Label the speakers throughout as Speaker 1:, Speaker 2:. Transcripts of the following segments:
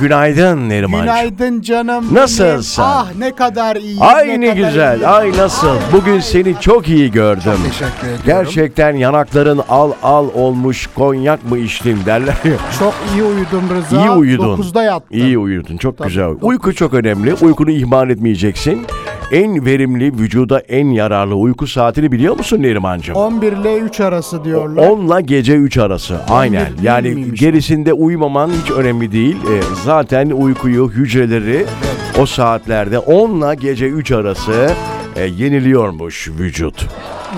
Speaker 1: Günaydın Neriman.
Speaker 2: Günaydın canım. benim.
Speaker 1: Nasılsın?
Speaker 2: Ah ne kadar iyi.
Speaker 1: Ay ne
Speaker 2: kadar iyi.
Speaker 1: güzel, ay nasıl. Bugün seni çok iyi gördüm.
Speaker 2: Teşekkür ediyorum.
Speaker 1: Gerçekten yanakların al al olmuş konyak mı içtim derler ya.
Speaker 2: Çok iyi uyudum Rıza.
Speaker 1: İyi uyudun.
Speaker 2: 9'da yattım.
Speaker 1: İyi uyudun. Çok
Speaker 2: Tabii,
Speaker 1: güzel.
Speaker 2: dokuz.
Speaker 1: Uyku çok önemli. Uykunu ihmal etmeyeceksin. En verimli, vücuda en yararlı uyku saatini biliyor musun Nerimancığım?
Speaker 2: 11 ile 3 arası diyorlar.
Speaker 1: 10'la gece 3 arası. Aynen.
Speaker 2: değil
Speaker 1: Yani
Speaker 2: miymiş?
Speaker 1: gerisinde uyumaman hiç önemli değil. Ee, zaten uykuyu, hücreleri o saatlerde 10'la gece 3 arası e, yeniliyormuş vücut.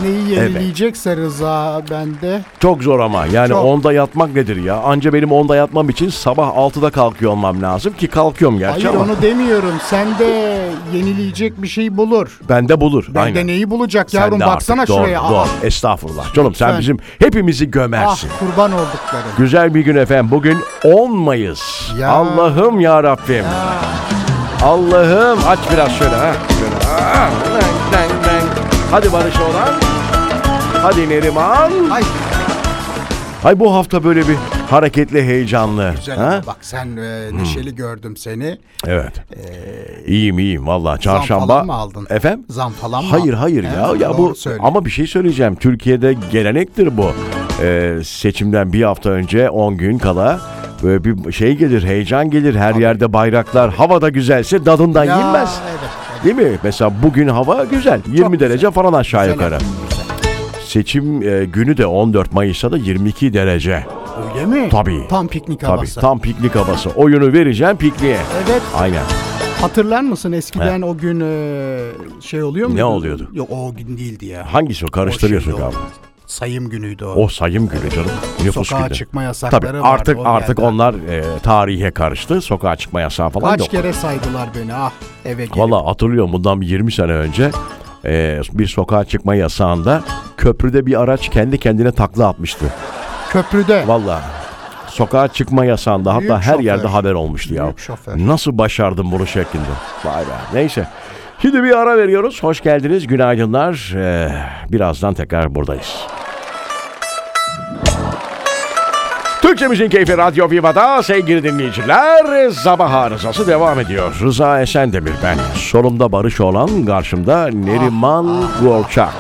Speaker 2: Neyi yenileyecekse Rıza bende.
Speaker 1: Çok zor ama yani
Speaker 2: Çok.
Speaker 1: onda yatmak nedir ya? Anca benim onda yatmam için sabah 6'da kalkıyor olmam lazım ki kalkıyorum gerçi
Speaker 2: Hayır
Speaker 1: ama
Speaker 2: onu demiyorum. Sen de yenileyecek bir şey bulur.
Speaker 1: bende bulur.
Speaker 2: Bende
Speaker 1: Aynen.
Speaker 2: neyi bulacak
Speaker 1: Sen
Speaker 2: yavrum
Speaker 1: de
Speaker 2: baksana
Speaker 1: artık. Doğru,
Speaker 2: şuraya.
Speaker 1: Doğru,
Speaker 2: Ah,
Speaker 1: Estağfurullah. Canım sen
Speaker 2: Lütfen.
Speaker 1: bizim hepimizi
Speaker 2: ah
Speaker 1: gömersin.
Speaker 2: kurban oldukları.
Speaker 1: Güzel bir gün efendim. Bugün 10 Mayıs.
Speaker 2: Ya.
Speaker 1: Allah'ım ya Rabbim. Allah'ım aç biraz şöyle ha. Şöyle. Ah, dang, dang, dang. Hadi Barış olan. Hadi Neriman.
Speaker 2: Ay
Speaker 1: Ay bu hafta böyle bir hareketli, heyecanlı.
Speaker 2: güzel
Speaker 1: ha?
Speaker 2: bak sen e, neşeli gördüm seni.
Speaker 1: Evet. iyiyim iyiyim valla çarşamba.
Speaker 2: falan mı aldın?
Speaker 1: Efendim?
Speaker 2: Zam falan mı?
Speaker 1: Hayır hayır ya
Speaker 2: Evet,
Speaker 1: ya
Speaker 2: doğru
Speaker 1: bu
Speaker 2: söyle.
Speaker 1: ama bir şey söyleyeceğim. Türkiye'de gelenektir bu. Ee, seçimden bir hafta önce 10 gün kala böyle bir şey gelir, heyecan gelir. Her yerde bayraklar. Hava da güzelse dadından
Speaker 2: Ya,
Speaker 1: yenmez.
Speaker 2: evet, evet.
Speaker 1: Değil mi? Mesela bugün hava güzel. 20 derece falan aşağı
Speaker 2: Güzel,
Speaker 1: yukarı. Seçim e, günü de 14 Mayıs'ta da 22 derece.
Speaker 2: Öyle mi?
Speaker 1: Tabii.
Speaker 2: Tam piknik
Speaker 1: Tabii
Speaker 2: havası.
Speaker 1: tam piknik havası. Oyunu vereceğim pikniğe.
Speaker 2: Evet.
Speaker 1: Aynen.
Speaker 2: Hatırlar mısın eskiden o gün e, şey oluyor mu?
Speaker 1: Ne oluyordu?
Speaker 2: Yok o gün değildi ya.
Speaker 1: Hangisi o? Karıştırıyorsun
Speaker 2: O şeydi o.
Speaker 1: galiba.
Speaker 2: Sayım günüydü o.
Speaker 1: O sayım günü canım. Nüfus
Speaker 2: Sokağa
Speaker 1: günü.
Speaker 2: çıkma yasakları
Speaker 1: Tabii
Speaker 2: vardı
Speaker 1: artık
Speaker 2: o
Speaker 1: artık
Speaker 2: geldi.
Speaker 1: onlar e, tarihe karıştı. Sokağa çıkma yasağı falan
Speaker 2: Kaç
Speaker 1: yok.
Speaker 2: kere saydılar beni ah eve gelip.
Speaker 1: Valla hatırlıyorum bundan bir 20 sene önce e, bir sokağa çıkma yasağında köprüde bir araç kendi kendine takla atmıştı.
Speaker 2: Köprüde.
Speaker 1: Valla sokağa çıkma yasağında hatta
Speaker 2: Büyük
Speaker 1: her
Speaker 2: şoför.
Speaker 1: yerde haber olmuştu ya.
Speaker 2: Büyük şoför.
Speaker 1: Nasıl başardım bunu şeklinde. Vay be neyse. Şimdi bir ara veriyoruz. Hoş geldiniz. Günaydınlar. E, birazdan tekrar buradayız. Türkçemizin keyfi Radyo Viva'da sevgili dinleyiciler sabah arızası devam ediyor. Rıza Esendemir ben. Solumda Barış olan
Speaker 2: Ah.
Speaker 1: karşımda Neriman Gorçak.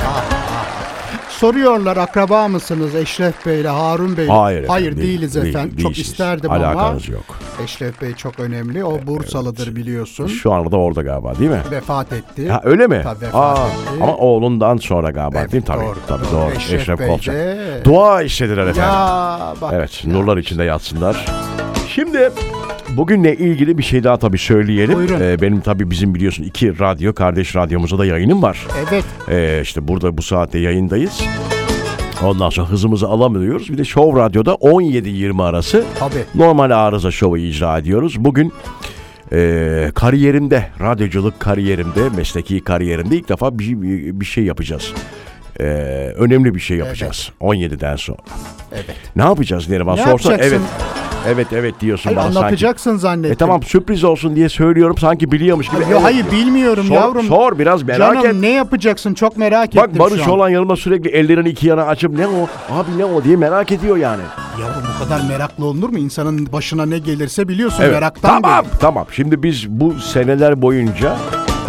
Speaker 2: Soruyorlar akraba mısınız Eşref Bey'le Harun Bey'le?
Speaker 1: Hayır,
Speaker 2: Hayır
Speaker 1: efendim,
Speaker 2: değiliz
Speaker 1: değil-
Speaker 2: efendim. Çok
Speaker 1: değilsiniz.
Speaker 2: isterdim ama.
Speaker 1: Alakanız yok.
Speaker 2: Eşref Bey çok önemli. O Bursalıdır biliyorsun.
Speaker 1: Şu anda da orada galiba değil mi?
Speaker 2: Vefat etti.
Speaker 1: Ha, öyle mi?
Speaker 2: Tabii, vefat
Speaker 1: Aa,
Speaker 2: etti.
Speaker 1: ama oğlundan sonra galiba
Speaker 2: Evet,
Speaker 1: değil mi? Tabii,
Speaker 2: doğru,
Speaker 1: tabii,
Speaker 2: doğru.
Speaker 1: doğru.
Speaker 2: Eşref
Speaker 1: Eşref
Speaker 2: Bey
Speaker 1: Kolçak.
Speaker 2: de-
Speaker 1: Dua istediler efendim.
Speaker 2: Ya bak.
Speaker 1: Evet, nurlar içinde yatsınlar. Şimdi bugünle ilgili bir şey daha tabii söyleyelim. Ee,
Speaker 2: Buyurun.
Speaker 1: benim tabii bizim biliyorsun iki radyo, kardeş radyomuza da yayınım var.
Speaker 2: Evet.
Speaker 1: Ee, işte burada bu saatte yayındayız. Ondan sonra hızımızı alamıyoruz. Bir de Show Radyo'da 17-20 arası
Speaker 2: Tabii.
Speaker 1: normal arıza şovu icra ediyoruz. Bugün ee, kariyerimde, radyoculuk kariyerimde, mesleki kariyerimde ilk defa bir, bir- bir şey yapacağız. Ee, önemli bir şey yapacağız 17'den sonra.
Speaker 2: Evet.
Speaker 1: Ne yapacağız Neriman?
Speaker 2: Ne
Speaker 1: Sorsan evet.
Speaker 2: yapacaksın?
Speaker 1: Evet evet diyorsun
Speaker 2: Hayır,
Speaker 1: bana sanki.
Speaker 2: anlatacaksın zannettim.
Speaker 1: E tamam sürpriz olsun diye söylüyorum sanki biliyormuş gibi.
Speaker 2: Yo,
Speaker 1: evet
Speaker 2: hayır
Speaker 1: diyor.
Speaker 2: bilmiyorum
Speaker 1: Sor-
Speaker 2: yavrum.
Speaker 1: Sor biraz merak
Speaker 2: Canım
Speaker 1: et.
Speaker 2: ne yapacaksın çok merak
Speaker 1: Bak
Speaker 2: ettim
Speaker 1: Barış
Speaker 2: şu an.
Speaker 1: olan yanıma sürekli ellerini iki yana açıp ne o abi ne o diye merak ediyor yani.
Speaker 2: Yavrum bu kadar meraklı olunur mu? İnsanın başına ne gelirse biliyorsun meraktan
Speaker 1: Tamam
Speaker 2: gelir.
Speaker 1: tamam şimdi biz bu seneler boyunca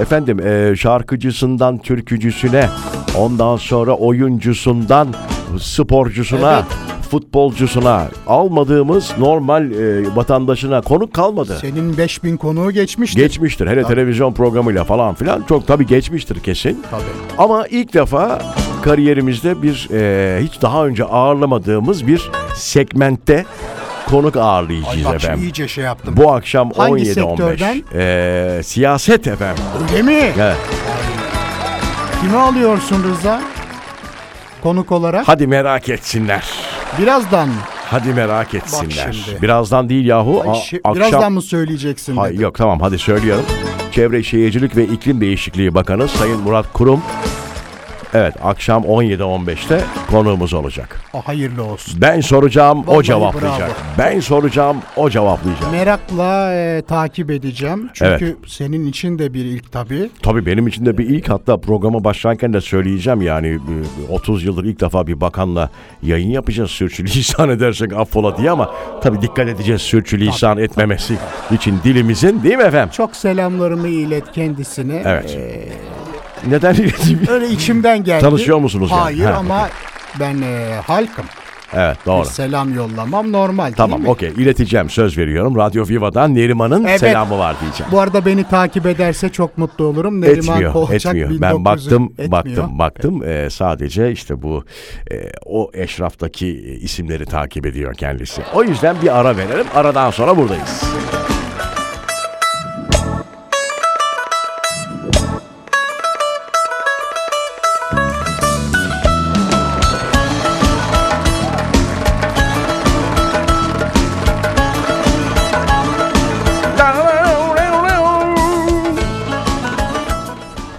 Speaker 1: efendim e, şarkıcısından türkücüsüne ondan sonra oyuncusundan sporcusuna futbolcusuna almadığımız normal e, vatandaşına konuk kalmadı.
Speaker 2: Senin 5000 konuğu geçmişti.
Speaker 1: Geçmiştir. Hele televizyon programıyla falan filan. Çok tabii geçmiştir kesin.
Speaker 2: Tabii.
Speaker 1: Ama ilk defa kariyerimizde bir e, hiç daha önce ağırlamadığımız bir segmentte konuk
Speaker 2: Ay
Speaker 1: ağırlayacağız
Speaker 2: bak şimdi
Speaker 1: efendim.
Speaker 2: iyice şey yaptım.
Speaker 1: Bu akşam
Speaker 2: Hangi
Speaker 1: 17-15.
Speaker 2: sektörden?
Speaker 1: E, siyaset efendim.
Speaker 2: Öyle mi?
Speaker 1: Evet.
Speaker 2: Kimi alıyorsun Rıza? Konuk olarak.
Speaker 1: Hadi merak etsinler.
Speaker 2: Birazdan mı?
Speaker 1: Hadi merak etsinler.
Speaker 2: şimdi.
Speaker 1: Birazdan değil yahu.
Speaker 2: Ay,
Speaker 1: a-
Speaker 2: şi-
Speaker 1: akşam...
Speaker 2: Birazdan mı söyleyeceksin?
Speaker 1: Hayır
Speaker 2: dedi.
Speaker 1: yok tamam hadi söylüyorum. Çevre Şehircilik ve İklim Değişikliği Bakanı Sayın Murat Kurum Evet akşam 17-15'te konuğumuz olacak.
Speaker 2: Ah, hayırlı olsun.
Speaker 1: Ben soracağım o
Speaker 2: Vallahi
Speaker 1: cevaplayacak.
Speaker 2: bravo.
Speaker 1: Ben soracağım o cevaplayacak.
Speaker 2: Merakla e, takip edeceğim. Çünkü senin için de bir ilk tabii.
Speaker 1: Tabii benim için de bir ilk hatta programa başlarken de söyleyeceğim yani e, 30 yıldır ilk defa bir bakanla yayın yapacağız sürçülisan edersek affola diye ama tabii dikkat edeceğiz sürçülisan etmemesi için dilimizin değil mi efendim?
Speaker 2: Çok selamlarımı ilet kendisine.
Speaker 1: Evet.
Speaker 2: Ee,
Speaker 1: Neden ileteyim?
Speaker 2: Öyle içimden geldi.
Speaker 1: Tanışıyor musunuz yani?
Speaker 2: Hayır
Speaker 1: Ha.
Speaker 2: ama ben e, halkım.
Speaker 1: evet doğru.
Speaker 2: Selam yollamam normal değil
Speaker 1: Tamam
Speaker 2: mi?
Speaker 1: okey ileteceğim söz veriyorum. Radyo Viva'dan Neriman'ın
Speaker 2: Evet.
Speaker 1: selamı var diyeceğim.
Speaker 2: Bu arada beni takip ederse çok mutlu olurum. Neriman
Speaker 1: etmiyor,
Speaker 2: Kolçak
Speaker 1: etmiyor.
Speaker 2: 1900
Speaker 1: Ben baktım,
Speaker 2: etmiyor.
Speaker 1: baktım, baktım. Ee, sadece işte bu e, o eşraftaki e, isimleri takip ediyor kendisi. O yüzden bir ara verelim. Aradan sonra buradayız.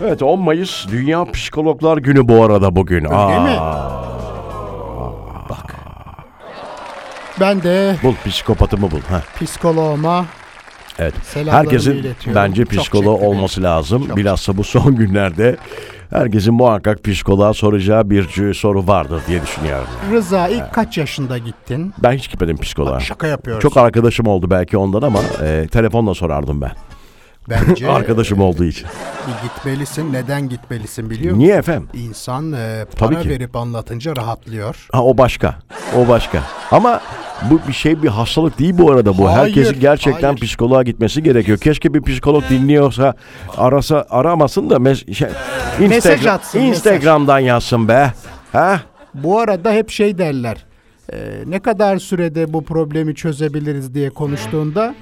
Speaker 1: Evet 10 Mayıs Dünya Psikologlar Günü bu arada bugün. Aa,
Speaker 2: mi? Ben de
Speaker 1: Bul psikopatımı bul. Heh.
Speaker 2: psikoloğuma
Speaker 1: Evet.
Speaker 2: Selamlarımı
Speaker 1: Herkesin
Speaker 2: iletiyorum.
Speaker 1: bence
Speaker 2: Çok
Speaker 1: psikoloğu
Speaker 2: teşekkür
Speaker 1: olması lazım.
Speaker 2: Çok
Speaker 1: Bilhassa bu son günlerde herkesin muhakkak psikoloğa soracağı bir soru vardır diye düşünüyorum.
Speaker 2: Rıza ilk kaç yaşında gittin?
Speaker 1: Ben hiç gitmedim psikoloğa.
Speaker 2: Şaka yapıyorsun.
Speaker 1: Çok arkadaşım oldu belki ondan ama e, telefonla sorardım ben.
Speaker 2: Bence
Speaker 1: Arkadaşım olduğu için.
Speaker 2: bir gitmelisin. Neden gitmelisin biliyor musun?
Speaker 1: Niye efendim?
Speaker 2: İnsan e,
Speaker 1: Tabii
Speaker 2: para
Speaker 1: ki.
Speaker 2: verip anlatınca rahatlıyor.
Speaker 1: Ha o başka. O başka. Ama bu bir şey bir hastalık değil bu arada bu.
Speaker 2: Hayır,
Speaker 1: Herkesin gerçekten
Speaker 2: hayır.
Speaker 1: psikoloğa gitmesi gerekiyor. Keşke bir psikolog dinliyorsa arasa aramasın da mes- şey, Instagram-
Speaker 2: Mesaj atsın, mesaj.
Speaker 1: Instagram'dan yazsın be. Ha?
Speaker 2: Bu arada hep şey derler. e, ne kadar sürede bu problemi çözebiliriz diye konuştuğunda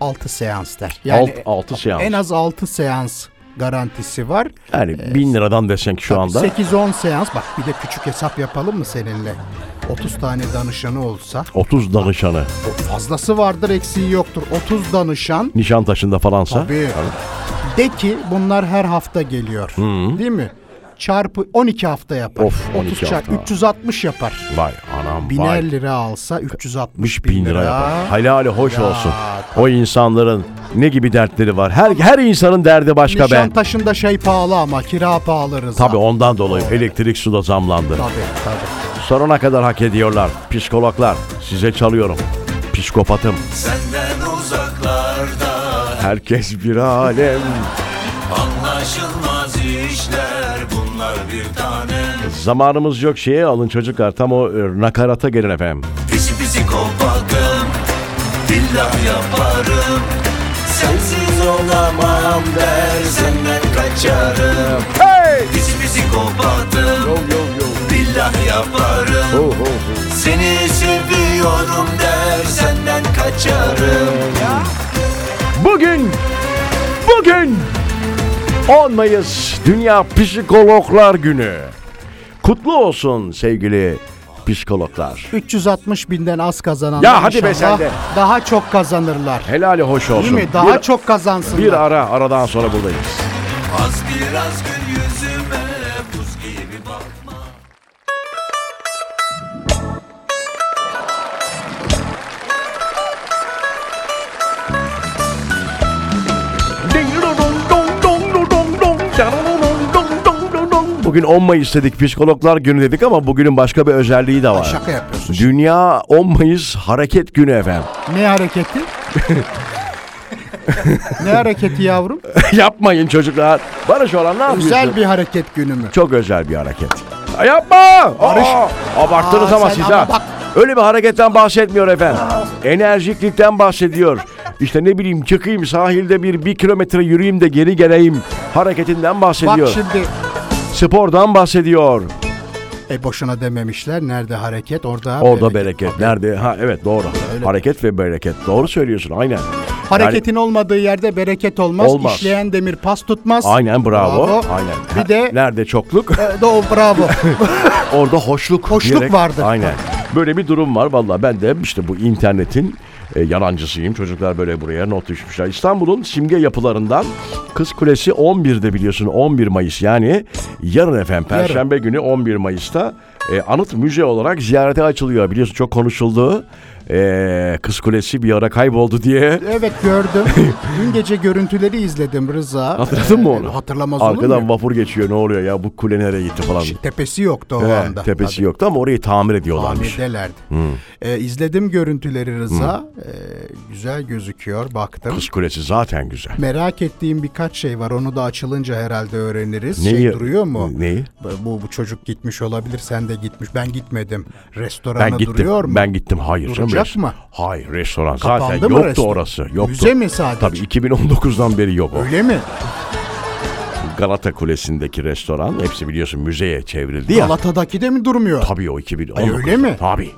Speaker 2: 6 seans der. Yani
Speaker 1: Alt- altı şey seans.
Speaker 2: en az 6 seans garantisi var.
Speaker 1: Yani bin liradan desen ki şu anda
Speaker 2: 8-10 seans bak bir de küçük hesap yapalım mı seninle? 30 tane danışanı olsa
Speaker 1: 30 danışanı
Speaker 2: fazlası vardır eksiği yoktur. 30 danışan
Speaker 1: Nişantaşı'nda falansa
Speaker 2: Tabii. De ki bunlar her hafta geliyor. Değil mi? Çarpı 12 hafta yapar.
Speaker 1: Of, 12
Speaker 2: 30 çarpı
Speaker 1: hafta.
Speaker 2: 360 yapar.
Speaker 1: vay anam
Speaker 2: Biner
Speaker 1: vay.
Speaker 2: lira alsa 360
Speaker 1: bin lira yapar. Helali hoş olsun. O insanların ne gibi dertleri var. Her her insanın derdi başka ben.
Speaker 2: Nişantaşı'nda şey pahalı ama kira pahalı Rıza.
Speaker 1: Tabii ondan dolayı elektrik su da zamlandı.
Speaker 2: Tabii tabii.
Speaker 1: Soruna kadar hak ediyorlar. Psikologlar size çalıyorum. Psikopatım.
Speaker 3: Senden uzaklarda
Speaker 1: Herkes bir alem.
Speaker 3: anlaşılmaz işler bunlar bir tanem
Speaker 1: Zamanımız yok şeye alın çocuklar. Tam o e, nakarata gelin efendim.
Speaker 3: Pisi pisi kopatım billah yaparım Sensiz olamam der senden kaçarım Pisi pisi kopatım billah yaparım
Speaker 1: Oh.
Speaker 3: Seni seviyorum der senden kaçarım
Speaker 1: Bugün, bugün 10 Mayıs Dünya Psikologlar Günü. Kutlu olsun sevgili psikologlar.
Speaker 2: 360 binden az kazananlar
Speaker 1: Ya hadi be
Speaker 2: inşallah
Speaker 1: sen de.
Speaker 2: Daha çok kazanırlar.
Speaker 1: Helali hoş
Speaker 2: Değil
Speaker 1: olsun.
Speaker 2: mi? Daha
Speaker 1: bir,
Speaker 2: çok kazansınlar.
Speaker 1: bir ara aradan sonra buradayız.
Speaker 3: Az biraz gül yüzüme buz gibi bakma
Speaker 1: Bugün 10 Mayıs dedik, Psikologlar Günü dedik ama bugünün başka bir özelliği de var.
Speaker 2: Şaka yapıyorsun.
Speaker 1: Dünya 10 Mayıs Hareket Günü efendim.
Speaker 2: Ne hareketi? ne hareketi yavrum?
Speaker 1: Yapmayın çocuklar. Barış olan ne yapıyorsun?
Speaker 2: Güzel bir hareket günü mü?
Speaker 1: Çok özel bir hareket. Ay Yapma!
Speaker 2: Barış-
Speaker 1: Aa, abarttınız
Speaker 2: Aa,
Speaker 1: ama
Speaker 2: sen
Speaker 1: siz
Speaker 2: ama
Speaker 1: ha.
Speaker 2: bak-
Speaker 1: Öyle bir hareketten bahsetmiyor efendim. Enerjiklikten bahsediyor. İşte ne bileyim çıkayım sahilde bir bir kilometre yürüyeyim de geri geleyim. Hareketinden
Speaker 2: Bak
Speaker 1: bahsediyor.
Speaker 2: şimdi
Speaker 1: Spordan bahsediyor.
Speaker 2: e boşuna dememişler. Nerede hareket orada
Speaker 1: Orada
Speaker 2: bereket.
Speaker 1: bereket. Nerede? Ha evet doğru. Hareket ve bereket. Doğru söylüyorsun aynen.
Speaker 2: Hareketin olmadığı yerde bereket olmaz.
Speaker 1: Olmaz.
Speaker 2: İşleyen demir pas tutmaz.
Speaker 1: Aynen bravo. Aynen.
Speaker 2: Bir de
Speaker 1: nerede çokluk?
Speaker 2: e, doğu bravo.
Speaker 1: Orada hoşluk.
Speaker 2: Hoşluk vardır.
Speaker 1: Aynen. Böyle bir durum var. Valla ben de işte bu internetin e, e, yalancısıyım. Çocuklar böyle buraya not düşmüşler. İstanbul'un simge yapılarından Kız Kulesi 11'de biliyorsun 11 Mayıs yani yarın efendim Perşembe günü 11 Mayıs'ta e, anıt müze olarak ziyarete açılıyor. Biliyorsun çok konuşuldu. E, Kız Kulesi bir ara kayboldu diye.
Speaker 2: Evet gördüm. Dün gece görüntüleri izledim Rıza. E,
Speaker 1: Hatırladın mı onu?
Speaker 2: Hatırlamaz olur
Speaker 1: Arkadan
Speaker 2: muyum?
Speaker 1: vapur geçiyor ne oluyor ya bu kule nereye gitti falan.
Speaker 2: Tepesi yoktu o
Speaker 1: He,
Speaker 2: anda.
Speaker 1: tepesi
Speaker 2: Tabii.
Speaker 1: yoktu ama orayı tamir ediyorlarmış.
Speaker 2: Hamidelerdi. izledim görüntüleri Rıza. Ee, güzel gözüküyor baktım.
Speaker 1: Kız Kulesi zaten güzel.
Speaker 2: Merak ettiğim birkaç şey var. Onu da açılınca herhalde öğreniriz. Şey
Speaker 1: Neyi-
Speaker 2: duruyor mu?
Speaker 1: Neyi?
Speaker 2: Bu, bu çocuk gitmiş olabilir. Sen de gitmiş. Ben gitmedim. Restorana
Speaker 1: Ben gittim.
Speaker 2: duruyor mu?
Speaker 1: Ben gittim. Hayır. canım,
Speaker 2: Duracak
Speaker 1: restoran-
Speaker 2: mı?
Speaker 1: Hayır restoran
Speaker 2: Kapandı
Speaker 1: zaten
Speaker 2: mı
Speaker 1: yoktu
Speaker 2: restoran?
Speaker 1: orası. Yoktu.
Speaker 2: Müze mi sadece?
Speaker 1: Tabii 2019'dan beri yok o.
Speaker 2: Öyle mi?
Speaker 1: Galata Kulesi'ndeki restoran hepsi biliyorsun müzeye çevrildi ya.
Speaker 2: Galata'daki de mi durmuyor?
Speaker 1: Tabii o 2019.
Speaker 2: Ay, öyle mi?
Speaker 1: Tabii.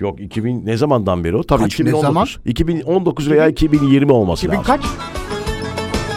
Speaker 1: Yok 2000 ne zamandan beri o? Tabii
Speaker 2: Kaç, ne
Speaker 1: 2019.
Speaker 2: zaman?
Speaker 1: 2019 veya 2020 olması
Speaker 2: Bin
Speaker 1: lazım.
Speaker 2: kaç?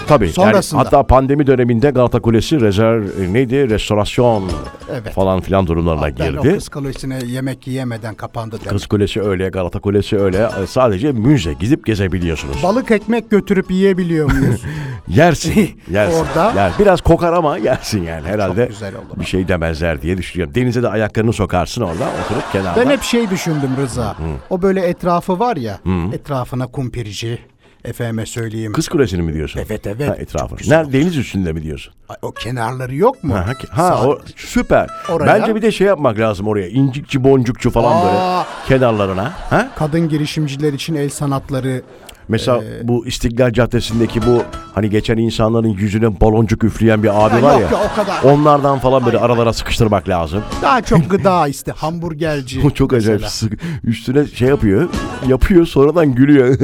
Speaker 1: Tabii.
Speaker 2: Sonrasında.
Speaker 1: Yani hatta pandemi döneminde Galata Kulesi rezerv e, neydi? Restorasyon
Speaker 2: Evet.
Speaker 1: falan filan durumlarına
Speaker 2: Ben o
Speaker 1: girdi.
Speaker 2: kız kalesine yemek yemeden kapandı demek.
Speaker 1: Kız Kulesi öyle, Galata Kulesi öyle. E, Sadece müze gidip gezebiliyorsunuz.
Speaker 2: Balık ekmek götürüp yiyebiliyor muyuz?
Speaker 1: Yersin. yersin.
Speaker 2: Orada.
Speaker 1: Yer. Biraz kokar ama yersin yani herhalde.
Speaker 2: güzel olur.
Speaker 1: Bir şey demezler diye düşünüyorum. Denize de ayaklarını sokarsın orada oturup kenarda.
Speaker 2: Ben hep şey düşündüm Rıza. O böyle etrafı var ya. Etrafına kum pirici. Efendime söyleyeyim.
Speaker 1: Kız Kulesi'ni mi diyorsun?
Speaker 2: Evet, evet.
Speaker 1: Ha,
Speaker 2: Çok
Speaker 1: etrafını.
Speaker 2: güzel
Speaker 1: Nerede? Deniz üstünde mi diyorsun?
Speaker 2: Ay, O kenarları yok mu?
Speaker 1: Ha, ki- ha,
Speaker 2: Sağ-
Speaker 1: o, süper.
Speaker 2: Oraya-
Speaker 1: Bence bir de şey yapmak lazım oraya. İncikçi boncukçu falan
Speaker 2: Aa.
Speaker 1: böyle kenarlarına. Ha?
Speaker 2: Kadın girişimciler için el sanatları.
Speaker 1: Mesela
Speaker 2: Ee,
Speaker 1: bu İstiklal Caddesi'ndeki bu hani geçen insanların yüzüne baloncuk üfleyen bir abi
Speaker 2: Ya
Speaker 1: var
Speaker 2: yok
Speaker 1: ya.
Speaker 2: ya, o kadar.
Speaker 1: Onlardan falan böyle aralara sıkıştırmak lazım.
Speaker 2: Daha çok gıda işte hamburgerci.
Speaker 1: O çok acayip
Speaker 2: mesela.
Speaker 1: sık. Üstüne şey yapıyor. Yapıyor sonradan gülüyor.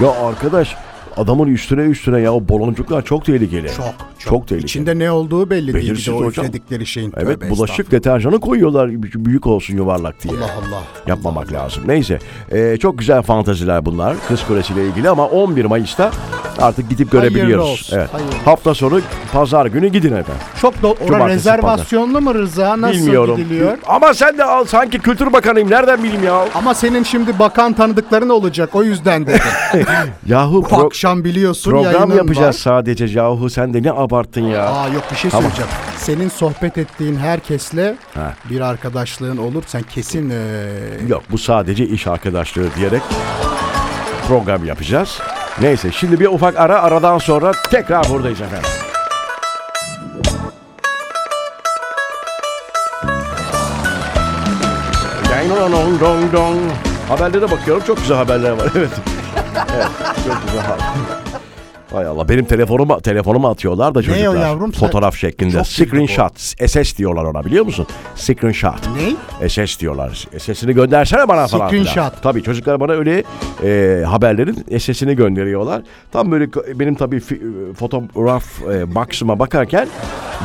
Speaker 1: ya arkadaş adamın üstüne üstüne ya o baloncuklar çok tehlikeli.
Speaker 2: Çok, çok.
Speaker 1: tehlikeli.
Speaker 2: İçinde ne olduğu belli değil. Bir
Speaker 1: Belirsiz
Speaker 2: de o
Speaker 1: hocam.
Speaker 2: üfledikleri şeyin.
Speaker 1: Evet
Speaker 2: Tövbe
Speaker 1: bulaşık deterjanı koyuyorlar büyük olsun yuvarlak diye.
Speaker 2: estağfurullah. Allah Allah.
Speaker 1: Yapmamak lazım. Neyse ee, çok güzel fantaziler bunlar Kız Kulesi ile ilgili ama 11 Mayıs'ta artık gidip
Speaker 2: Hayırlı
Speaker 1: görebiliyoruz.
Speaker 2: olsun,
Speaker 1: Evet.
Speaker 2: hayırlı olsun.
Speaker 1: Hafta sonu pazar günü gidin efendim.
Speaker 2: Çok da orada
Speaker 1: pazar.
Speaker 2: rezervasyonlu mu Rıza? Nasıl
Speaker 1: Bilmiyorum.
Speaker 2: gidiliyor?
Speaker 1: Ama sen de al sanki kültür bakanıyım nereden bileyim ya.
Speaker 2: Ama senin şimdi bakan tanıdıkların olacak o yüzden dedim.
Speaker 1: Yahu
Speaker 2: Bu
Speaker 1: pro-
Speaker 2: akşam biliyorsun
Speaker 1: Program
Speaker 2: yayının
Speaker 1: yapacağız
Speaker 2: var.
Speaker 1: sadece yahu sen de ne abarttın ya.
Speaker 2: Aa yok bir şey
Speaker 1: Tamam.
Speaker 2: söyleyeceğim. Senin sohbet ettiğin herkesle
Speaker 1: Ha.
Speaker 2: bir arkadaşlığın olur. Sen kesin e, eee,
Speaker 1: Yok bu sadece iş arkadaşlığı diyerek program yapacağız. Neyse şimdi bir ufak ara aradan sonra tekrar buradayız efendim. Ding dong dong dong dong. Haberlere bakıyorum çok güzel haberler var evet. evet çok güzel haber. Hay Allah benim telefonuma telefonuma atıyorlar da çocuklar.
Speaker 2: o yavrum? Sen-
Speaker 1: Fotoğraf şeklinde.
Speaker 2: Çok güzel bu.
Speaker 1: Screenshot. SS diyorlar ona biliyor musun? Screenshot.
Speaker 2: ne?
Speaker 1: SS diyorlar. SS'ini göndersene bana falan. filan.
Speaker 2: Screenshot.
Speaker 1: Tabii çocuklar bana öyle e, haberlerin SS'ini gönderiyorlar. Tam böyle k- benim tabii fi- e, fotoğraf e, box'ıma bakarken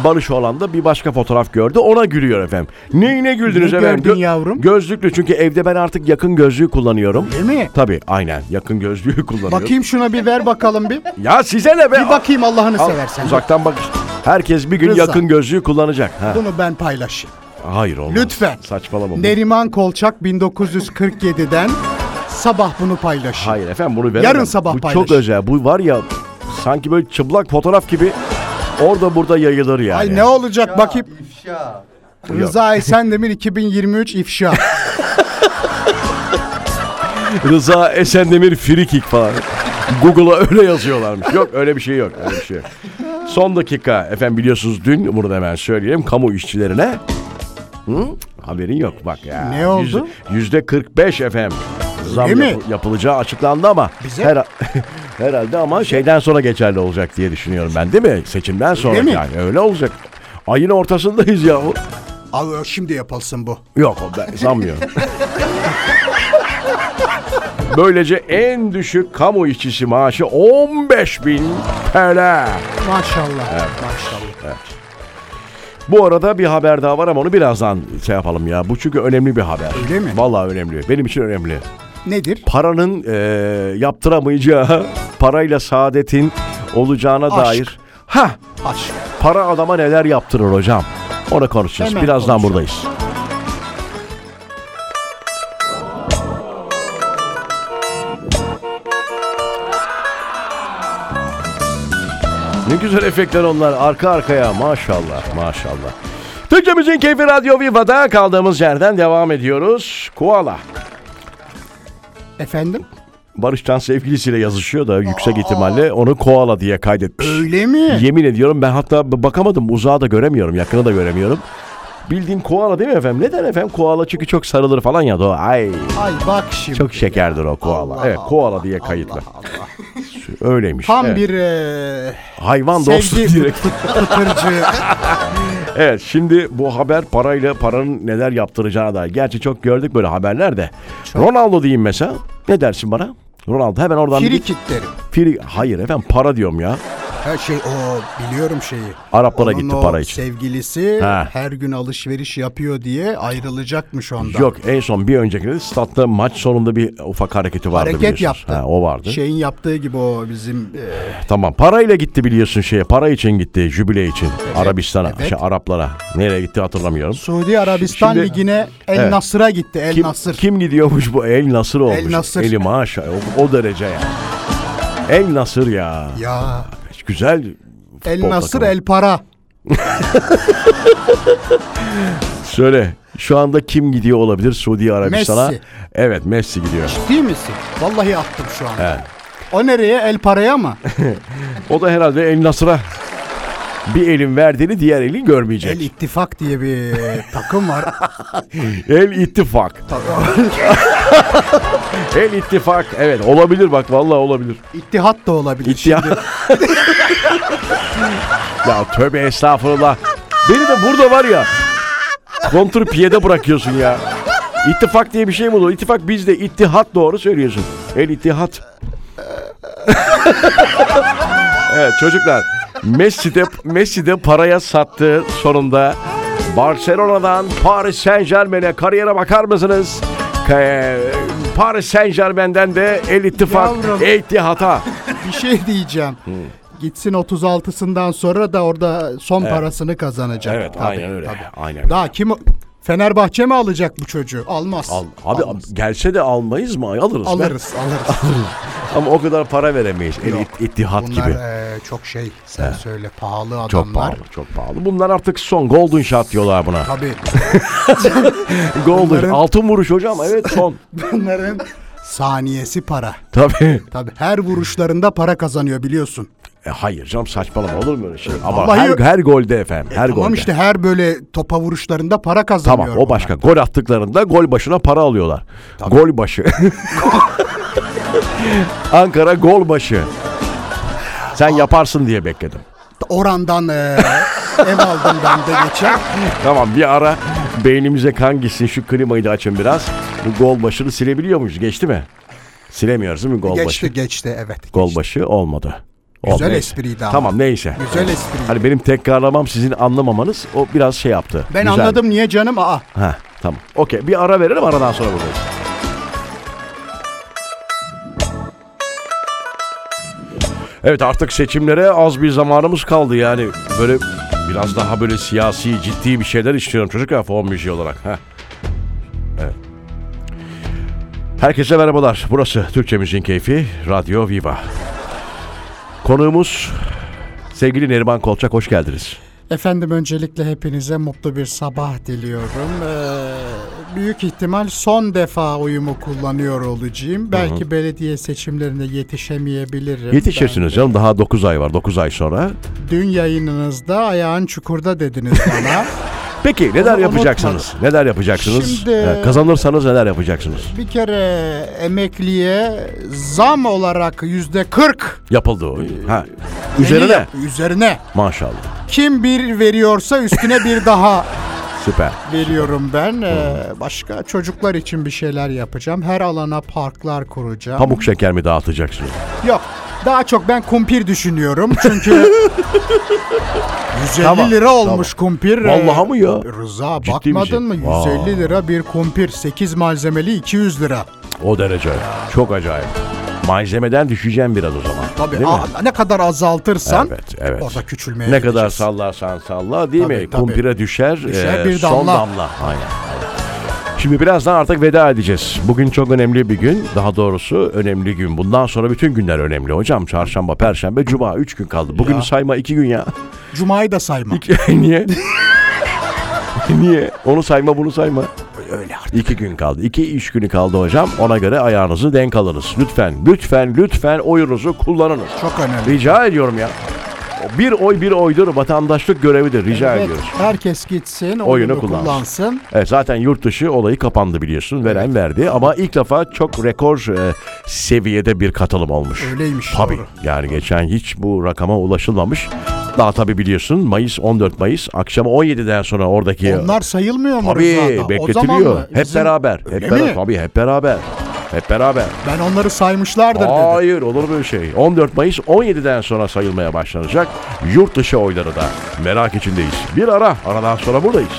Speaker 1: Barış olan da bir başka fotoğraf gördü. Ona gülüyor efendim. Neyine güldünüz
Speaker 2: Ne
Speaker 1: efendim?
Speaker 2: gördün yavrum?
Speaker 1: Gözlüklü çünkü evde ben artık yakın gözlüğü kullanıyorum.
Speaker 2: Değil mi?
Speaker 1: Tabii aynen yakın gözlüğü kullanıyorum.
Speaker 2: Bakayım şuna bir ver bakalım bir.
Speaker 1: Ya size ne be?
Speaker 2: Bir bakayım Allah'ını
Speaker 1: Al,
Speaker 2: seversen.
Speaker 1: Uzaktan bak. Herkes bir gün
Speaker 2: Rıza.
Speaker 1: yakın gözlüğü kullanacak. Ha.
Speaker 2: Bunu ben paylaşayım.
Speaker 1: Hayır olmaz.
Speaker 2: Lütfen.
Speaker 1: Saçmalama. bu-
Speaker 2: Neriman Kolçak 1947'den sabah bunu paylaşayım.
Speaker 1: Hayır efendim bunu veremem.
Speaker 2: Yarın sabah
Speaker 1: Bu
Speaker 2: paylaş.
Speaker 1: çok özel. Bu var ya sanki böyle çıplak fotoğraf gibi orada burada yayılır yani.
Speaker 2: Ay ne olacak bakayım.
Speaker 3: İfşa
Speaker 2: Rıza Esendemir 2023 ifşa.
Speaker 1: Rıza Esendemir free kick falan. Google'a öyle yazıyorlarmış. Yok öyle bir şey yok. Öyle bir şey. yok. Son dakika efendim biliyorsunuz dün burada hemen söyleyelim kamu işçilerine Hı? Haberin yok bak ya.
Speaker 2: Ne oldu?
Speaker 1: Yüzde- Yüzde 45 efendim. Zam
Speaker 2: Öyle mi?
Speaker 1: yapı- yapılacağı açıklandı ama
Speaker 2: Bize?
Speaker 1: hera- herhalde ama şeyden sonra geçerli olacak diye düşünüyorum ben değil mi? Seçimden sonra
Speaker 2: mi?
Speaker 1: yani öyle olacak. Ayın ortasındayız ya.
Speaker 2: Al şimdi yapılsın bu.
Speaker 1: Yok o ben sanmıyorum. Böylece en düşük kamu işçisi maaşı 15 bin TL.
Speaker 2: Maşallah. Maşallah.
Speaker 1: Bu arada bir haber daha var ama onu birazdan şey yapalım ya. Bu çünkü önemli bir haber.
Speaker 2: Öyle mi?
Speaker 1: Vallahi önemli. Benim için önemli.
Speaker 2: Nedir?
Speaker 1: Paranın e, yaptıramayacağı, parayla saadetin olacağına
Speaker 2: Aşk.
Speaker 1: dair. Ha,
Speaker 2: Aşk.
Speaker 1: para adama neler yaptırır hocam? Onu konuşacağız.
Speaker 2: Hemen
Speaker 1: birazdan
Speaker 2: konuşalım.
Speaker 1: buradayız. Ne güzel efektler onlar arka arkaya maşallah maşallah. Türkçemizin Keyfi Radyo Viva'da kaldığımız yerden devam ediyoruz. Koala.
Speaker 2: Efendim?
Speaker 1: Barış Can sevgilisiyle yazışıyor da yüksek ihtimalle onu koala diye kaydetmiş.
Speaker 2: Öyle mi?
Speaker 1: Yemin ediyorum ben hatta b- bakamadım uzağa da göremiyorum yakını da göremiyorum. Bildiğin koala değil mi efendim? Neden efendim koala çünkü çok sarılır falan ya da o. Ay
Speaker 2: Ay bak şimdi.
Speaker 1: çok şey- şekerdir o koala.
Speaker 2: Allah
Speaker 1: evet koala diye kayıtlı. Öyleymiş.
Speaker 2: Tam
Speaker 1: evet.
Speaker 2: bir eee,
Speaker 1: hayvan dostu
Speaker 2: sevgi
Speaker 1: direkt.
Speaker 2: fıtırcı.
Speaker 1: Evet şimdi bu haber parayla paranın neler yaptıracağına dair. Gerçi çok gördük böyle haberlerde. Ronaldo diyeyim mesela. Ne dersin bana? Ronaldo hemen oradan bir-
Speaker 2: Frikit derim.
Speaker 1: Firi- Hayır efendim para diyorum ya.
Speaker 2: Her şey o biliyorum şeyi.
Speaker 1: Araplara
Speaker 2: Onun
Speaker 1: gitti
Speaker 2: o
Speaker 1: para için.
Speaker 2: Sevgilisi
Speaker 1: Ha.
Speaker 2: her gün alışveriş yapıyor diye ayrılacakmış ondan.
Speaker 1: Yok en son bir öncekinde statta maç sonunda bir ufak hareketi vardı
Speaker 2: Hareket
Speaker 1: biliyorsunuz.
Speaker 2: yaptı. Şey-
Speaker 1: Ha, o vardı.
Speaker 2: Şeyin yaptığı gibi o bizim e, eee,
Speaker 1: Tamam parayla gitti biliyorsun şeye. Para için gitti jübile için. Arabistan'a,
Speaker 2: evet.
Speaker 1: şey, Araplara. Nereye gitti hatırlamıyorum.
Speaker 2: Suudi Arabistan
Speaker 1: Şimdi-
Speaker 2: Ligi'ne El
Speaker 1: Evet.
Speaker 2: Nasır'a gitti. El
Speaker 1: Kim,
Speaker 2: Nasır.
Speaker 1: kim gidiyormuş bu? El Nasır olmuş.
Speaker 2: Nasır.
Speaker 1: Eli maşa. O, o derece yani. El Nasır ya.
Speaker 2: Ya
Speaker 1: Güzel.
Speaker 2: El
Speaker 1: futbol
Speaker 2: Nasır
Speaker 1: takımı.
Speaker 2: El Para.
Speaker 1: Söyle. Şu anda kim gidiyor olabilir Suudi Arabistan'a?
Speaker 2: Messi.
Speaker 1: Evet Messi gidiyor.
Speaker 2: Ciddi misin? Vallahi attım şu an.
Speaker 1: Evet.
Speaker 2: O nereye? El Para'ya mı?
Speaker 1: O da herhalde El Nasır'a bir elin verdiğini diğer elin görmeyecek.
Speaker 2: El İttifak diye bir takım var.
Speaker 1: El ittifak. El ittifak. Evet olabilir bak vallahi olabilir.
Speaker 2: İttihat da olabilir.
Speaker 1: İttiha- ya tövbe estağfurullah. Beni de burada var ya. Kontur piyede bırakıyorsun ya. İttifak diye bir şey mi olur? İttifak bizde ittihat doğru söylüyorsun. El ittihat. evet çocuklar. Messi de, Messi de paraya sattı sonunda. Barcelona'dan Paris Saint Germain'e kariyere bakar mısınız? Ka- e, Paris Saint Germain'den de El İttifak,
Speaker 2: Yavrum.
Speaker 1: İttihat'a.
Speaker 2: Bir şey diyeceğim. Gitsin 36'sından sonra da orada son parasını kazanacak.
Speaker 1: Evet,
Speaker 2: Tabii,
Speaker 1: aynen öyle.
Speaker 2: tabii.
Speaker 1: Aynen.
Speaker 2: Daha kim Fenerbahçe mi alacak bu çocuğu? Almaz.
Speaker 1: Al, abi
Speaker 2: Almaz.
Speaker 1: gelse de almayız mı? Alırız.
Speaker 2: alırız, alırız.
Speaker 1: Ama o kadar para veremeyiz. El it- ittihat
Speaker 2: Bunlar
Speaker 1: gibi.
Speaker 2: eee, çok şey sen söyle pahalı adamlar.
Speaker 1: Çok pahalı, çok pahalı. Bunlar artık son golden shot diyorlar buna.
Speaker 2: Tabii.
Speaker 1: golden
Speaker 2: bunların-
Speaker 1: altın vuruş hocam. Evet son.
Speaker 2: Bunların saniyesi para.
Speaker 1: Tabii.
Speaker 2: Tabii her vuruşlarında para kazanıyor biliyorsun.
Speaker 1: E, hayır canım saçmalama olur mu öyle şey? Ama
Speaker 2: Vallahi- E,
Speaker 1: her, her golde efendim. Her
Speaker 2: Tamam
Speaker 1: golde.
Speaker 2: işte her böyle topa vuruşlarında para kazanıyor.
Speaker 1: Tamam o başka. Gol attıklarında gol başına para alıyorlar. Gol başı. Ankara gol başı. Sen yaparsın diye bekledim.
Speaker 2: Orandan eee ev aldım ben de geçen.
Speaker 1: Tamam bir ara beynimize kan gitsin şu klimayı da açın biraz. Bu gol başını silebiliyor muyuz? Geçti mi? Silemiyoruz değil mi gol
Speaker 2: geçti
Speaker 1: başı?
Speaker 2: geçti evet.
Speaker 1: Gol
Speaker 2: geçti.
Speaker 1: başı olmadı.
Speaker 2: Güzel
Speaker 1: neyse.
Speaker 2: espriydi ama.
Speaker 1: Tamam neyse.
Speaker 2: Güzel espri.
Speaker 1: Hani benim tekrarlamam sizin anlamamanız o biraz şey yaptı.
Speaker 2: ben
Speaker 1: Güzel.
Speaker 2: anladım niye canım? Aa
Speaker 1: Ha tamam. Okey bir ara verelim aradan sonra buradayız. Evet artık seçimlere az bir zamanımız kaldı yani böyle biraz daha böyle siyasi ciddi bir şeyler istiyorum çocuklar fon müziği olarak. Heh. Evet. Herkese merhabalar. Burası Türkçemizin Keyfi Radyo Viva. Konuğumuz sevgili Neriman Kolçak hoş geldiniz.
Speaker 2: Efendim öncelikle hepinize mutlu bir sabah diliyorum. Ee, büyük ihtimal son defa oyumu kullanıyor olacağım. Belki belediye seçimlerine yetişemeyebilirim.
Speaker 1: Yetişirsiniz canım daha 9 ay var 9 ay sonra.
Speaker 2: Ben- dün yayınınızda ayağın çukurda dediniz bana.
Speaker 1: Peki neler
Speaker 2: Onu
Speaker 1: yapacaksınız? Neler yapacaksınız?
Speaker 2: Şimdi-
Speaker 1: Ee, kazanırsanız neler yapacaksınız?
Speaker 2: bir kere emekliye zam olarak yüzde 40
Speaker 1: Yapıldı o.
Speaker 2: Ee,
Speaker 1: Ha. Üzerine
Speaker 2: yap- üzerine
Speaker 1: maşallah.
Speaker 2: kim bir veriyorsa üstüne bir daha
Speaker 1: Süper.
Speaker 2: veriyorum ben. Ee, başka çocuklar için bir şeyler yapacağım. Her alana parklar kuracağım.
Speaker 1: Pamuk şeker mi dağıtacaksınız?
Speaker 2: Yok. Daha çok ben kumpir düşünüyorum çünkü 150
Speaker 1: Tamam,
Speaker 2: lira olmuş kumpir. Ee,
Speaker 1: Vallahi mı ya?
Speaker 2: Rıza
Speaker 1: Ciddi
Speaker 2: bakmadın
Speaker 1: misin?
Speaker 2: mı?
Speaker 1: Vay.
Speaker 2: 150 lira bir kumpir, 8 malzemeli 200 lira.
Speaker 1: O derece. Çok acayip. Malzemeden düşeceğim biraz o zaman.
Speaker 2: Tabii
Speaker 1: Değil mi?
Speaker 2: aa, ne kadar azaltırsan
Speaker 1: Evet, evet.
Speaker 2: orada küçülmeye
Speaker 1: Ne kadar
Speaker 2: gideceğiz.
Speaker 1: sallarsan salla değil
Speaker 2: Tabii,
Speaker 1: mi?
Speaker 2: tabii.
Speaker 1: Kumpire düşer,
Speaker 2: Düşer,
Speaker 1: e,
Speaker 2: bir
Speaker 1: son
Speaker 2: damla.
Speaker 1: damla. Aynen. Şimdi birazdan artık veda edeceğiz. Bugün çok önemli bir gün. Daha doğrusu önemli gün. Bundan sonra bütün günler önemli hocam. Çarşamba, perşembe, cuma. Üç gün kaldı. Bugünü sayma iki gün ya.
Speaker 2: Cuma'yı da sayma.
Speaker 1: Niye? Niye? Onu sayma bunu sayma. Öyle artık. İki gün kaldı. İki iş günü kaldı hocam. Ona göre ayağınızı denk alınız. Lütfen, lütfen, lütfen oyunuzu kullanınız.
Speaker 2: Çok önemli.
Speaker 1: Rica ediyorum ya. Bir oy bir oydur vatandaşlık görevidir. Rica
Speaker 2: Evet,
Speaker 1: ediyoruz.
Speaker 2: herkes gitsin, oyunu,
Speaker 1: Oyunu kullansın.
Speaker 2: kullansın.
Speaker 1: Evet, zaten yurt dışı olayı kapandı biliyorsun. Veren verdi ama ilk defa çok rekor e, seviyede bir katılım olmuş.
Speaker 2: Öyleymiş.
Speaker 1: Tabii.
Speaker 2: doğru.
Speaker 1: Yani geçen hiç bu rakama ulaşılmamış. Daha tabii biliyorsun Mayıs 14 Mayıs akşam 17'den sonra oradaki
Speaker 2: Onlar sayılmıyor mu
Speaker 1: tabii
Speaker 2: Rıza'da? O zaman
Speaker 1: bekletiliyor.
Speaker 2: mı?
Speaker 1: Hep
Speaker 2: İzin-
Speaker 1: beraber.
Speaker 2: Öyle
Speaker 1: hep beraber.
Speaker 2: mi?
Speaker 1: Tabii hep beraber. Hep beraber.
Speaker 2: Ben onları saymışlardır dedim.
Speaker 1: Hayır olur böyle şey. 14 Mayıs 17'den sonra sayılmaya başlanacak. Yurt dışı oyları da merak içindeyiz. Bir ara. Aradan sonra buradayız.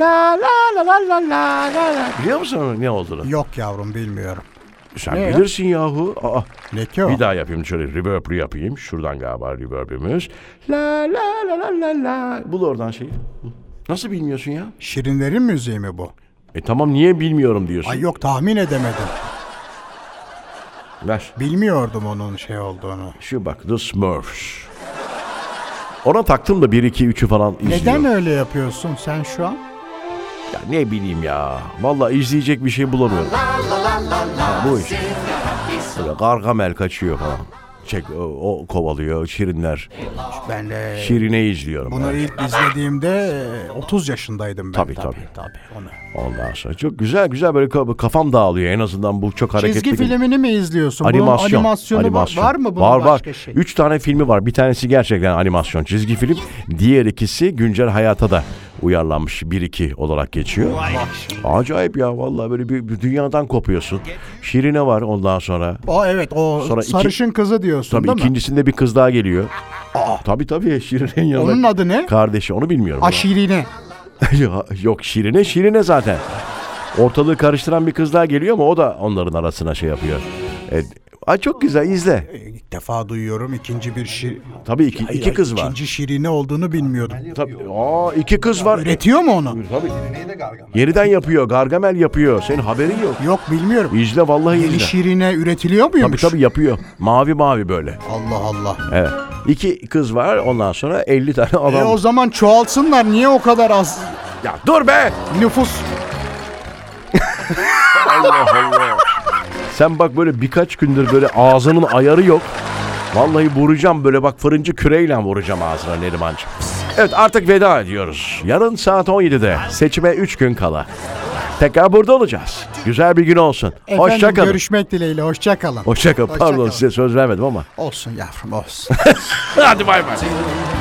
Speaker 1: La la la la la la la la. Biliyor musun onun ne olduğunu?
Speaker 2: Yok yavrum bilmiyorum.
Speaker 1: Sen
Speaker 2: Ne ya?
Speaker 1: bilirsin yahu. Aa,
Speaker 2: Ne ki o?
Speaker 1: bir daha yapayım şöyle reverb'ü yapayım. Şuradan galiba reverb'ümüz. La la la la la la. Bul oradan şeyi. Hı. Nasıl bilmiyorsun ya?
Speaker 2: Şirinlerin müziği mi bu?
Speaker 1: E tamam niye bilmiyorum diyorsun.
Speaker 2: Ay yok tahmin edemedim.
Speaker 1: Ver.
Speaker 2: Bilmiyordum onun şey olduğunu.
Speaker 1: Şu bak The Smurfs. Ona taktım da 1 2 3'ü falan izliyorum.
Speaker 2: Neden öyle yapıyorsun sen şu an?
Speaker 1: Ya ne bileyim ya. Vallahi izleyecek bir şey bulamıyorum. Ha, bu iş. Böyle Gargamel kaçıyor falan. Çek o, o kovalıyor şirinler.
Speaker 2: Ben de
Speaker 1: Şirine izliyorum.
Speaker 2: bunu
Speaker 1: ben.
Speaker 2: Şey, ilk izlediğimde e, 30 yaşındaydım ben.
Speaker 1: Tabii,
Speaker 2: tabii. tabii, onu.
Speaker 1: Ondan sonra çok güzel güzel böyle ka- kafam dağılıyor en azından bu çok hareketli.
Speaker 2: Çizgi
Speaker 1: bir-
Speaker 2: filmini mi izliyorsun?
Speaker 1: Animasyon.
Speaker 2: Bunun animasyonu var-
Speaker 1: animasyon.
Speaker 2: var mı bunun
Speaker 1: var, var.
Speaker 2: başka şey?
Speaker 1: Üç tane filmi var. Bir tanesi gerçekten animasyon çizgi film. Diğer ikisi güncel hayata da uyarlanmış. 1-2 olarak geçiyor. Acayip ya vallahi böyle bir, bir dünyadan kopuyorsun. Şirine var ondan sonra.
Speaker 2: O evet o
Speaker 1: Sonra iki-
Speaker 2: sarışın kızı diyorsun
Speaker 1: Tabii
Speaker 2: değil mi?
Speaker 1: ikincisinde bir kız daha geliyor. Tabii tabii Şirine'nin yanında.
Speaker 2: Onun adı ne?
Speaker 1: Kardeşi onu bilmiyorum.
Speaker 2: Aşirine.
Speaker 1: Ya, Yok Şirine Şirine zaten. Ortalığı karıştıran bir kız daha geliyor ama o da onların arasına şey yapıyor. E, ay çok güzel izle.
Speaker 2: E, İlk defa duyuyorum ikinci bir şir...
Speaker 1: Tabii iki, iki kız var.
Speaker 2: İkinci şirine olduğunu bilmiyordum.
Speaker 1: Tabii, aa, iki kız var.
Speaker 2: Üretiyor mu onu?
Speaker 1: Yeniden yapıyor. Gargamel yapıyor. Senin haberin yok.
Speaker 2: Yok bilmiyorum.
Speaker 1: İzle vallahi
Speaker 2: Yeni şey
Speaker 1: izle.
Speaker 2: şirine üretiliyor
Speaker 1: Tabii
Speaker 2: muymuş?
Speaker 1: tabii yapıyor. Mavi mavi böyle.
Speaker 2: Allah Allah.
Speaker 1: Evet. İki kız var ondan sonra 50 tane
Speaker 2: E,
Speaker 1: adam.
Speaker 2: o zaman çoğalsınlar. Niye o kadar az
Speaker 1: Ya dur be!
Speaker 2: nüfus?
Speaker 1: Sen bak böyle birkaç gündür böyle ağzının ayarı yok. Vallahi vuracağım böyle bak fırıncı küreyle vuracağım ağzına Nerimancığım. Evet artık veda ediyoruz. Yarın saat 17'de seçime 3 gün kala. Tekrar burada olacağız. Güzel bir gün olsun.
Speaker 2: Efendim
Speaker 1: Hoşça kalın.
Speaker 2: görüşmek dileğiyle. Hoşça kalın.
Speaker 1: Hoşça kalın.
Speaker 2: Hoşça
Speaker 1: Pardon
Speaker 2: kalın.
Speaker 1: size söz vermedim ama.
Speaker 2: Olsun yavrum olsun.
Speaker 1: Hadi bay bay.
Speaker 3: Seni